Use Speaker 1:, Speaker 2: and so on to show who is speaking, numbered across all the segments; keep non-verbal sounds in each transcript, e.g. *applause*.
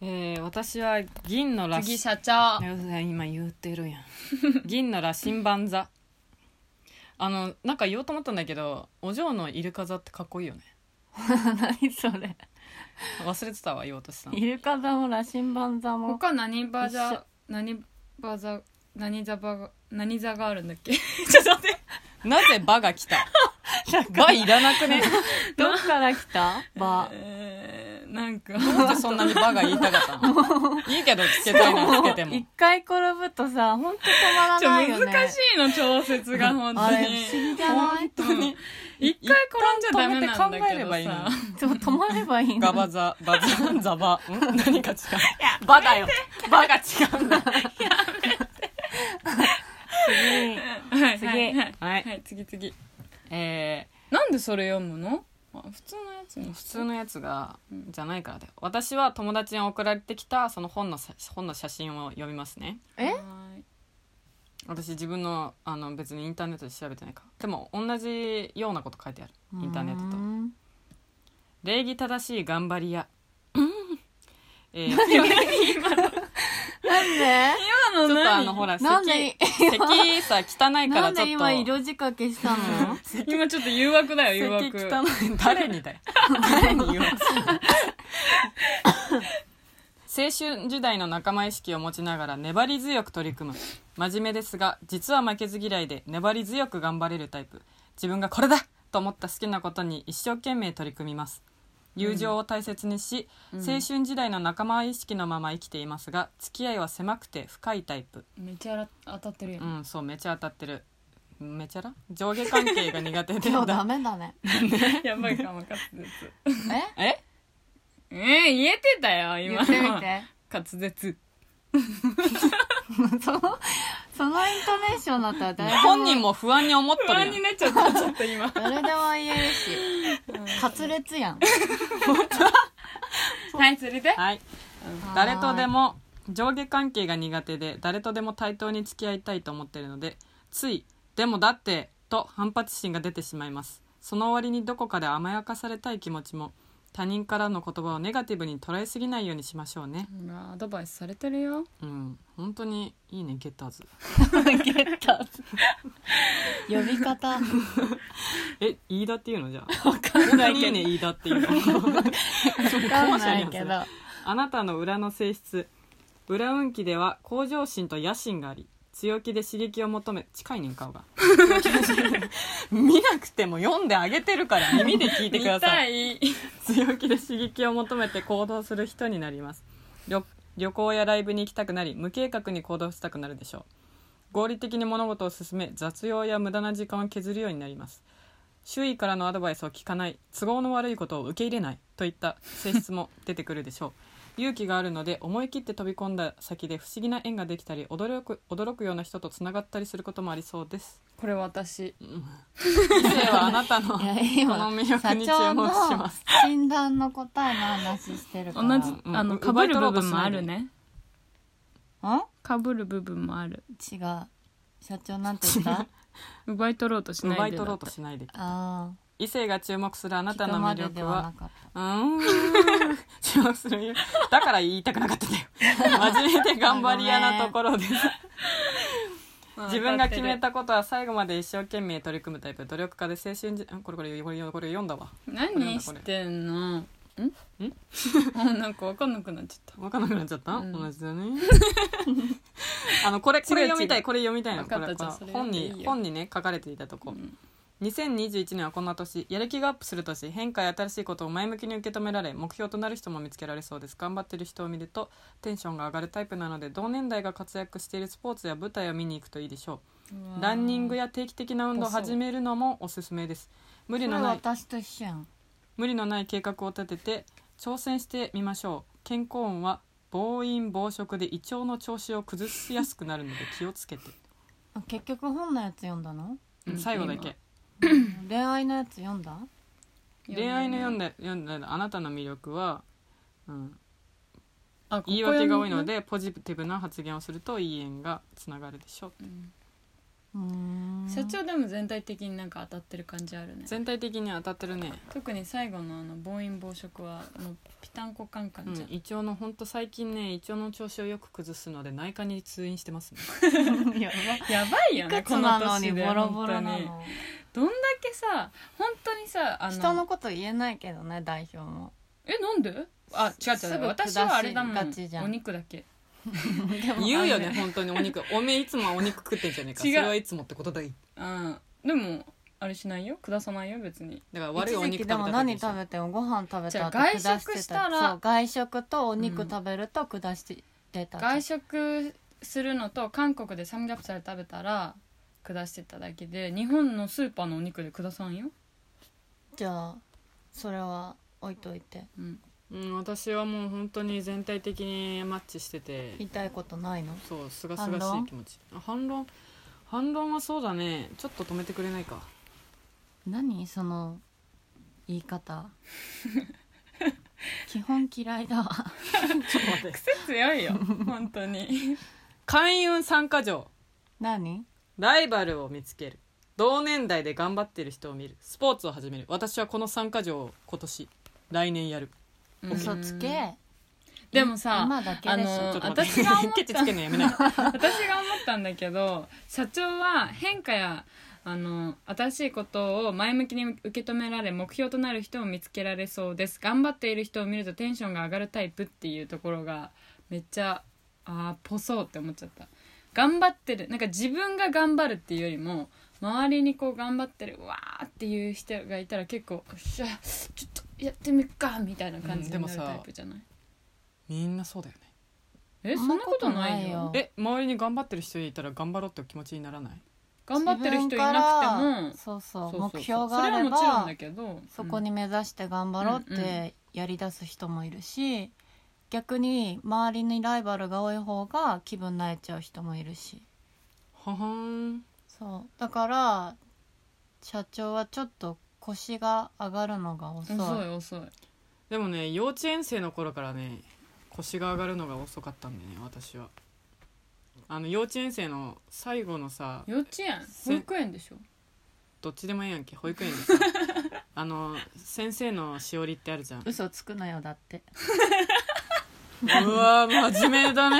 Speaker 1: えー私は銀の羅
Speaker 2: 次
Speaker 1: 針
Speaker 2: 社長
Speaker 1: 今言ってるやん *laughs* 銀の羅針盤座あのなんか言おうと思ったんだけどお嬢のイルカ座ってかっこいいよね
Speaker 3: 何 *laughs* それ
Speaker 1: 忘れてたわ言おうとしたの
Speaker 3: イルカ座も羅針盤座も
Speaker 2: 他何バ
Speaker 3: 一
Speaker 2: ザ
Speaker 3: 緒
Speaker 2: 何バザ何座バが何座があるんだっけ *laughs* ちょっと待って
Speaker 1: なぜ「ば」が来た「ば」いらなくね
Speaker 3: どっから来
Speaker 1: *laughs*
Speaker 3: た場
Speaker 2: えーなんか
Speaker 1: どうしてそんなに「ば」が言いたかったのいいけどつけたいなつけても
Speaker 3: 一回転ぶとさ本当止まら
Speaker 2: ちょ
Speaker 3: な
Speaker 2: 難
Speaker 3: いよね
Speaker 2: しいの調節が本当
Speaker 3: あれ
Speaker 2: に
Speaker 3: 不思議じゃない
Speaker 2: 当に一回転んじゃダメ
Speaker 1: 一
Speaker 2: なんだ
Speaker 1: 旦止めて考え
Speaker 2: け
Speaker 1: れ
Speaker 2: ど
Speaker 1: ばいいの
Speaker 2: さ
Speaker 1: に
Speaker 3: そう止まればいいの
Speaker 1: ガバザバザザバん何か違うバだ
Speaker 3: *laughs*
Speaker 1: よバが違うんだ
Speaker 2: は
Speaker 3: 次
Speaker 2: い
Speaker 3: 次
Speaker 2: はいはい
Speaker 1: はい
Speaker 2: はい次次
Speaker 1: えー
Speaker 2: なんでそれ読むのあ普通のやつに
Speaker 1: 普通のやつがじゃないからだよ私は友達に送られてきたその本のさ本の写真を読みますね
Speaker 3: え
Speaker 2: はい
Speaker 1: 私自分のあの別にインターネットで調べてないからでも同じようなこと書いてあるインターネットと
Speaker 3: と
Speaker 1: 礼儀正しい頑張り
Speaker 3: *laughs*
Speaker 1: 屋えー
Speaker 3: なんで
Speaker 2: 今
Speaker 1: ち
Speaker 2: の
Speaker 1: ょっとあ
Speaker 2: 何
Speaker 1: のほら
Speaker 3: なんで
Speaker 1: 咳咳さ汚いか
Speaker 3: な
Speaker 1: ら
Speaker 3: ん
Speaker 1: ちょ
Speaker 3: で
Speaker 1: っ
Speaker 3: 今
Speaker 1: と
Speaker 3: 色仕掛けした
Speaker 1: *laughs*
Speaker 3: の
Speaker 2: 今ちょっと誘惑だよ誘
Speaker 1: 咳
Speaker 2: 惑
Speaker 1: 汚い *laughs* 誰にだよ誰に言わせる *laughs* 青春時代の仲間意識を持ちながら粘り強く取り組む真面目ですが実は負けず嫌いで粘り強く頑張れるタイプ自分がこれだと思った好きなことに一生懸命取り組みます友情を大切にし、青春時代の仲間意識のまま生きていますが付き合いは狭くて深いタイプ
Speaker 2: めっちゃ当たってるやん
Speaker 1: うんそうめちゃ当たってるめちゃら上下関係が苦手で
Speaker 3: 今日ダメだね
Speaker 2: やばいかもか *laughs* 滑舌
Speaker 3: え
Speaker 1: *laughs* え
Speaker 2: えー、言えてたよ
Speaker 3: 言
Speaker 2: 今
Speaker 3: ってみて
Speaker 2: *laughs* 滑舌
Speaker 3: そのそのイントネーションだったら誰でも
Speaker 1: 本人も不安に思っ
Speaker 2: 不
Speaker 1: とるや
Speaker 2: 安
Speaker 1: ん
Speaker 2: になっちゃったちょっと今
Speaker 3: 誰でも言える
Speaker 1: *laughs*
Speaker 3: し滑裂やん
Speaker 2: はいそれで
Speaker 1: はい誰とでも上下関係が苦手で誰とでも対等に付き合いたいと思っているのでつい「でもだって」と反発心が出てしまいますその割にどこかで甘やかされたい気持ちも他人からの言葉をネガティブに捉えすぎないようにしましょうね
Speaker 2: ほらアドバイスされてるよ
Speaker 1: うん本当にいいねゲッターズ
Speaker 3: ゲッターズ呼び方
Speaker 1: え飯田っていうのじゃ *laughs* あ分かんないけどね飯田っていうの
Speaker 3: わかんないけど
Speaker 1: あなたの裏の性質裏運気では向上心と野心があり強気で刺激を求め近いねん顔が見なくても読んであげてるから耳で聞いてください
Speaker 2: い
Speaker 1: 強気で刺激を求めて行動する人になります旅旅行やライブに行きたくなり無計画に行動したくなるでしょう合理的に物事を進め雑用や無駄な時間を削るようになります周囲からのアドバイスを聞かない都合の悪いことを受け入れないといった性質も出てくるでしょう勇気があるので思い切って飛び込んだ先で不思議な縁ができたり驚く驚くような人とつながったりすることもありそうです
Speaker 3: *laughs*
Speaker 2: これ私
Speaker 1: 異性はあなたの
Speaker 3: いや
Speaker 1: この
Speaker 3: 今
Speaker 1: 魅力
Speaker 3: 社
Speaker 1: に注
Speaker 3: 長
Speaker 1: 目
Speaker 3: の
Speaker 1: します
Speaker 3: 診断の答えの話してるか
Speaker 2: 同
Speaker 3: ら
Speaker 2: じ
Speaker 1: うん
Speaker 2: あの
Speaker 1: う
Speaker 2: かぶる部分もあるね
Speaker 3: あ
Speaker 2: かぶる部分もある
Speaker 3: 違う社長なんて言ったあ
Speaker 2: 奪い取ろうとしないで
Speaker 1: 奪い取ろう
Speaker 2: だ
Speaker 1: としないで
Speaker 3: あ
Speaker 1: 異性が注目するあ
Speaker 3: ー
Speaker 1: な
Speaker 3: 聞
Speaker 1: た
Speaker 3: く
Speaker 1: の
Speaker 3: ま
Speaker 1: 魅
Speaker 3: でで
Speaker 1: 力
Speaker 3: はな
Speaker 1: は
Speaker 3: かっ
Speaker 1: うーん注目する魅力だから言いたくなかったんだ
Speaker 2: *laughs*
Speaker 1: よ真面目で頑張り屋なところです
Speaker 2: うん
Speaker 1: 自分が決めたことは最後まで一生懸命取り組むタイプ努力家で青春時んこれこれこれこれ読んだわ
Speaker 2: 何してんのんんあ *laughs* なんかわかんなくなっちゃっ
Speaker 1: 分かんなくなっちゃった、
Speaker 2: うん *laughs*
Speaker 1: 同じだねあのこれこれ
Speaker 2: 違う違う
Speaker 1: 読みたいこれ読みたいの
Speaker 2: 分かった
Speaker 1: これ
Speaker 2: じゃあそれ
Speaker 1: 本
Speaker 2: 読んでいいよ
Speaker 1: に本にね書かれていたとこ、2021年はこんな年やる気がアップする年変化や新しいことを前向きに受け止められ目標となる人も見つけられそうです頑張ってる人を見るとテンションが上がるタイプなので同年代が活躍しているスポーツや舞台を見に行くといいでしょ
Speaker 2: た
Speaker 1: うランニングや定期的な運動を
Speaker 2: そう
Speaker 1: 始めるのもおすすめです無
Speaker 3: た
Speaker 1: 理
Speaker 3: こ
Speaker 1: の
Speaker 3: れ
Speaker 1: ない
Speaker 3: 私と一緒やん
Speaker 1: 無理のない計画を立てて挑戦してみましょう健康運は暴飲暴食で胃腸の調子を崩しやすくなるので気をつけて
Speaker 3: あ結局本のやつ読んだの
Speaker 1: うん最後だけ
Speaker 3: 恋愛のやつ読んだ
Speaker 1: 恋愛の読ん
Speaker 2: で
Speaker 1: だ読んだあなたの魅力は、うん、
Speaker 2: あ
Speaker 1: 言い訳が多いのでポジティブな発言をするといい縁がつながるでしょう
Speaker 2: うん社長でも全体的になんか当たってる感じあるね
Speaker 1: 全体的に当たってるね、
Speaker 2: 特に最後のあの暴飲暴食はもうピタンコカンカ
Speaker 1: う
Speaker 2: ン
Speaker 1: ん
Speaker 2: じゃん、、
Speaker 1: 胃腸のほんと最近ね胃腸の調子をよく崩すので内科に通院してますね
Speaker 3: や
Speaker 2: やばいよ
Speaker 3: ば
Speaker 2: ね
Speaker 3: いく
Speaker 2: こ
Speaker 3: つ
Speaker 2: の
Speaker 3: なの
Speaker 2: 年
Speaker 3: に
Speaker 2: で
Speaker 3: ボロボロ
Speaker 2: 本
Speaker 3: な
Speaker 2: 当に
Speaker 3: の
Speaker 2: どんだけさ本当にさあの
Speaker 3: 人のこと言えないけどね代表も
Speaker 2: えなんであ違う
Speaker 3: す
Speaker 2: 違
Speaker 3: ぐ
Speaker 2: う私はあれだもん
Speaker 3: 下しがちじゃん
Speaker 2: お肉だけ
Speaker 3: で
Speaker 1: *laughs*
Speaker 3: も
Speaker 1: 言うよね本当にお肉おめえいつもはお肉食ってんじゃねえかそ
Speaker 2: 違
Speaker 1: れ
Speaker 2: う
Speaker 1: はいつもってことだい
Speaker 2: うんでもあれしないよ下さないよ別に
Speaker 1: だから悪いお肉食
Speaker 3: 一時期
Speaker 1: べ
Speaker 3: で
Speaker 1: た
Speaker 3: も
Speaker 1: だけ
Speaker 3: 何
Speaker 1: でしょ
Speaker 3: 食べてもご飯食べた後
Speaker 2: じゃあ
Speaker 3: 下してた
Speaker 2: 外食したら
Speaker 3: そう外食とお肉食べると下してた、
Speaker 2: 外食するのと韓国でサムギャプサル食べたら下してただけで日本のスーパーのお肉で下さんよ、
Speaker 3: じゃあそれは置いといて
Speaker 2: うん、
Speaker 1: うん私はもう本当に全体的にマッチしてて
Speaker 3: 言いたいことないの
Speaker 1: そうすがすがしい気持ちあ反論反論はそうだねちょっと止めてくれないか
Speaker 3: 何その言
Speaker 2: *laughs*
Speaker 3: い方基本嫌いだわ
Speaker 1: *laughs* ちょっと待って
Speaker 2: 癖強いよ *laughs* 本当に
Speaker 1: 勧誘参加条
Speaker 3: 何
Speaker 1: ライバルを見つける同年代で頑張ってる人を見るスポーツを始める私はこの参加条を今年来年やる
Speaker 3: 嘘つけ
Speaker 2: でもさ
Speaker 3: 今だけでしょ、
Speaker 2: あの
Speaker 1: ちょっと待って
Speaker 2: 私が思った
Speaker 1: ケチつけんのやめ
Speaker 2: *laughs*
Speaker 1: ない
Speaker 2: 私が思ったんだけど社長は変化やあの新しいことを前向きに受け止められ目標となる人を見つけられそうです頑張っている人を見るとテンションが上がるタイプっていうところがめっちゃあーぽそうって思っちゃった頑張ってるなんか自分が頑張るっていうよりも周りにこう頑張ってるうわーっていう人がいたら結構よっしゃちょっとやってみっかみたいな感
Speaker 1: うん
Speaker 2: じになる
Speaker 1: でもさ
Speaker 2: タイプじゃない、
Speaker 1: みんなそうだよね
Speaker 2: えそんなことないよ
Speaker 3: え
Speaker 1: え周りに頑張ってる人いたら頑張ろうって気持ちにならない
Speaker 2: 頑張ってる人いなくても
Speaker 3: そうそ
Speaker 2: そうそう
Speaker 3: う
Speaker 2: そう
Speaker 3: 目標があればそ
Speaker 2: それはもちろんだけど
Speaker 3: こに目指して頑張ろうっ
Speaker 2: うんう
Speaker 3: てやり出す人もいるし、逆に周りにライバルが多い方が気分慣れちゃう人もいるし
Speaker 1: ははん
Speaker 3: そうだから社長はちょっと腰が上がるのが遅
Speaker 2: う
Speaker 3: い
Speaker 2: ん遅い遅い
Speaker 1: でもね幼稚園生の頃からね腰が上がるのが遅かったんでね私はあの幼稚園生の最後のさ
Speaker 2: 幼稚園保育園でしょ
Speaker 1: どっちでもいいやんけ保育園で
Speaker 2: *laughs*
Speaker 1: さあの先生のしおりってあるじゃん
Speaker 3: 嘘つくなよだって
Speaker 1: うわ真面目だ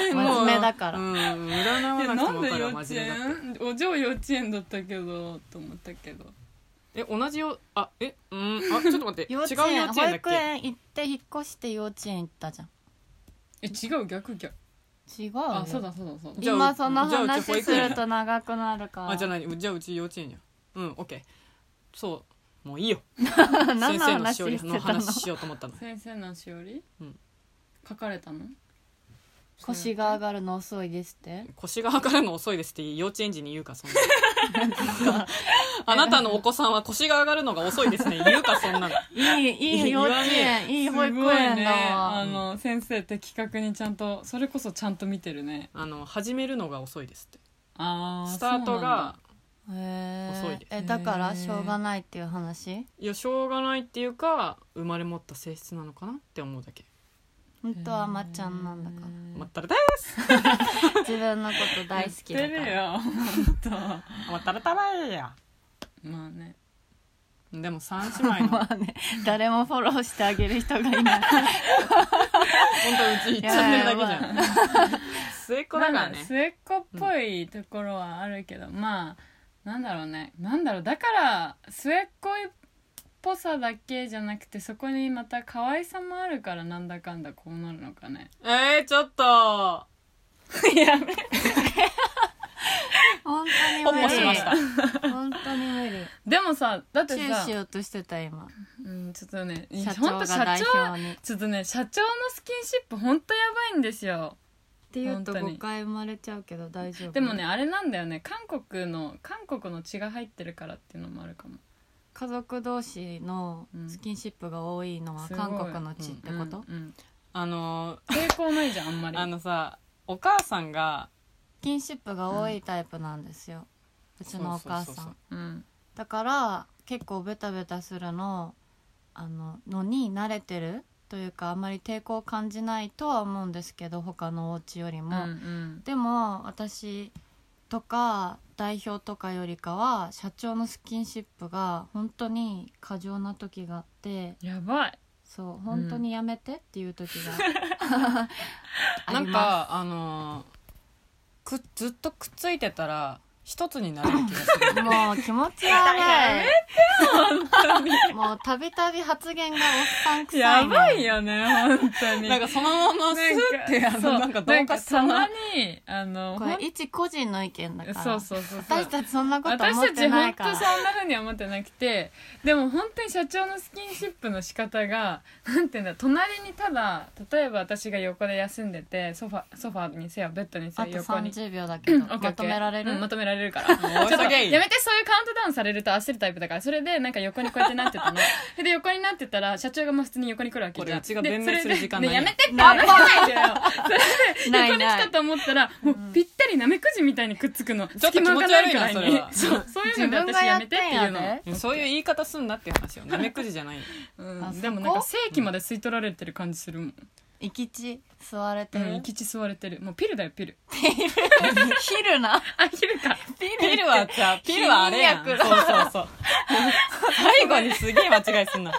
Speaker 1: ねもう
Speaker 3: 真面目だから
Speaker 1: うん、占わなくても分かるわ真面目だって
Speaker 2: お嬢幼稚園だったけどと思ったけど
Speaker 1: え同じよあえうんあちょっと待って違う
Speaker 3: 幼
Speaker 1: 幼
Speaker 3: 稚
Speaker 1: 稚
Speaker 3: 園
Speaker 1: 園
Speaker 3: 保
Speaker 1: だっ
Speaker 3: 育
Speaker 1: け
Speaker 3: 園行って引っ越して幼稚園行ったじゃん
Speaker 2: え違う逆逆
Speaker 3: 違うよ
Speaker 2: あそうだそうだそうだ
Speaker 1: じゃあ
Speaker 3: 今その
Speaker 1: じゃあうち保
Speaker 3: 話す
Speaker 1: 育園
Speaker 3: ると長くなるから
Speaker 1: あじゃあ何じゃあうち幼稚園やうんオッケーそうもういいよ
Speaker 3: *laughs* 何
Speaker 1: 先
Speaker 3: の
Speaker 1: 生の
Speaker 3: 話
Speaker 1: しおり
Speaker 3: して
Speaker 1: の
Speaker 3: たの
Speaker 1: 話しようと思ったの
Speaker 2: 先生のしおり、
Speaker 1: うん
Speaker 2: 書かれたの
Speaker 3: 腰が上がるの遅いですって
Speaker 1: 腰が上がるの遅いですって幼稚園児に言うかそんな
Speaker 3: *laughs*
Speaker 1: あなたのお子さんは腰が上がるのが遅いですね言うかそんなの
Speaker 3: いいいい幼稚園いい保育園
Speaker 2: ね
Speaker 3: だ
Speaker 2: あ
Speaker 3: わ、
Speaker 2: の先生的確にちゃんとそれこそちゃんと見てるね
Speaker 1: あの始めるのが遅いですって
Speaker 2: ああ
Speaker 1: スタートが
Speaker 3: へー
Speaker 1: 遅いです
Speaker 3: えだからしょうがないっていう話
Speaker 1: いやしょうがないっていうか生まれ持った性質なのかなって思うだけ
Speaker 3: 本当はまっちゃんなんだから
Speaker 1: まったらた
Speaker 3: 自分のこと大好きだ
Speaker 2: 言
Speaker 3: か
Speaker 2: ってる
Speaker 3: ら
Speaker 2: よ本当
Speaker 1: *laughs* まったらたらえや
Speaker 2: まあね
Speaker 1: でも三姉妹
Speaker 2: *laughs*
Speaker 1: の本
Speaker 3: まあね誰もフォローしてあげる人がい *laughs* ない
Speaker 1: 当うち一チャンネルだけじゃん *laughs* 末っ子だから
Speaker 2: まあ
Speaker 1: ね
Speaker 2: 末っ子っぽいところはあるけど、まあなんだろうねなんだろうだから末っ子っぽさだけじゃなくてそこにまた可愛さもあるからなんだかんだこうなるのかね
Speaker 1: えー、ちょっと
Speaker 2: やめ
Speaker 3: 本当に
Speaker 1: ポ
Speaker 3: 無理
Speaker 1: ッポしました
Speaker 3: 本当に無理
Speaker 2: でもさだって
Speaker 3: チュー
Speaker 2: さ
Speaker 3: し、ようとしてた今
Speaker 2: うん、ちょっとね
Speaker 3: 社
Speaker 2: ほ
Speaker 3: 長
Speaker 2: ん
Speaker 3: が
Speaker 2: と
Speaker 3: 代
Speaker 2: 社長
Speaker 3: 表にっ
Speaker 2: ちょっとね社長のスキンシップほんとやばいんですよ
Speaker 3: ていうと
Speaker 2: 本当
Speaker 3: 誤
Speaker 2: に
Speaker 3: 解生まれちゃうけど大丈夫
Speaker 2: でもねあれなんだよね韓国の韓国の血が入ってるからっていうのもあるかも
Speaker 3: 家族同士のスキンシップが多いのは
Speaker 2: うん
Speaker 3: 韓国の地ってこと、
Speaker 2: うんうん
Speaker 1: あの
Speaker 2: 抵抗ないじゃんあんまり
Speaker 1: あのさお母さんが
Speaker 3: スキンシップが多いタイプなんですよ、うちのお母さん
Speaker 1: そうそうそう
Speaker 2: うん
Speaker 3: だから結構ベタベタするのあののに慣れてるというかあんまり抵抗を感じないとは思うんですけど他のお家よ
Speaker 2: う
Speaker 3: り
Speaker 2: んう
Speaker 3: も、
Speaker 2: ん
Speaker 3: でも私とか代表とかよりかは社長のスキンシップが本当に過剰な時があって
Speaker 2: やばい
Speaker 3: そう本当にやめてっていう時が、 *laughs* あ
Speaker 1: な
Speaker 3: り
Speaker 1: ん
Speaker 3: ま
Speaker 1: かあのーくずっとくっついてたら一つになれる気がする
Speaker 3: すもう気持ち悪い *laughs* もうたびたび発言がおっさんく
Speaker 2: *laughs*
Speaker 3: さ
Speaker 2: や
Speaker 3: いの
Speaker 2: ばいよね本当に
Speaker 1: なんかそのままスッてあ
Speaker 2: そう
Speaker 1: のなんかどうかした
Speaker 2: なん
Speaker 1: な
Speaker 2: かたまにあの
Speaker 3: これ一個人の意見だから
Speaker 2: そうそうそうそう
Speaker 3: 私たちそんなこと思っ
Speaker 2: 私た
Speaker 3: て
Speaker 2: ち
Speaker 3: な
Speaker 2: 本
Speaker 3: い
Speaker 2: 当
Speaker 3: から
Speaker 2: そんなふうには思ってなくてでも本当に社長のスキンシップの仕方がなんていうんだ隣にただ例えば私が横で休んでてソファソファにせよベッドにせ
Speaker 3: あ
Speaker 2: よ
Speaker 3: と
Speaker 2: 横に。
Speaker 3: 30秒だけど
Speaker 2: オッケーオッケー
Speaker 3: まとめられる、
Speaker 2: うんまとめられるからちょっ
Speaker 1: もう
Speaker 2: と
Speaker 1: 急
Speaker 2: や
Speaker 1: げい
Speaker 2: めてそういうカウントダウンされると焦るタイプだからそれでなんか横にこうやってなってたの *laughs* それで横になってたら社長がもう普通に横に来るわけじゃん
Speaker 1: これうちが
Speaker 2: で
Speaker 1: 弁明する時間
Speaker 2: それで
Speaker 1: ないよ
Speaker 2: でやめてって話さないでよそれで
Speaker 3: な
Speaker 2: 横
Speaker 3: い
Speaker 2: に
Speaker 3: ない
Speaker 2: 来たと思ったらもうぴったりなめくじみたいにくっつくの
Speaker 1: ょっと気持ち悪いな
Speaker 2: 隙
Speaker 1: そ
Speaker 2: 間が
Speaker 1: れは
Speaker 2: そうそういう
Speaker 3: 自
Speaker 2: の
Speaker 3: 分
Speaker 2: で
Speaker 3: が
Speaker 2: 私
Speaker 3: や
Speaker 2: や
Speaker 3: っ
Speaker 2: めて
Speaker 3: て
Speaker 2: っ
Speaker 3: ん
Speaker 2: てい
Speaker 3: や
Speaker 2: うの
Speaker 3: で
Speaker 1: そういう言い方すんなっていう話よなめくじじゃないよ
Speaker 2: う
Speaker 3: あ
Speaker 2: んでもなんか
Speaker 3: そ
Speaker 2: 正規まで吸い取られてる感じするもん
Speaker 3: 行き地座れて
Speaker 2: う
Speaker 3: る、
Speaker 2: ん生き血吸われてるもうピルだよピル
Speaker 3: 昼な
Speaker 2: あヒルか
Speaker 3: *laughs* ピル
Speaker 1: ピルはじゃあピルはあれやん
Speaker 3: 禁
Speaker 1: そう *laughs*
Speaker 3: 薬
Speaker 1: そうそう最後にすげえ間違いすんな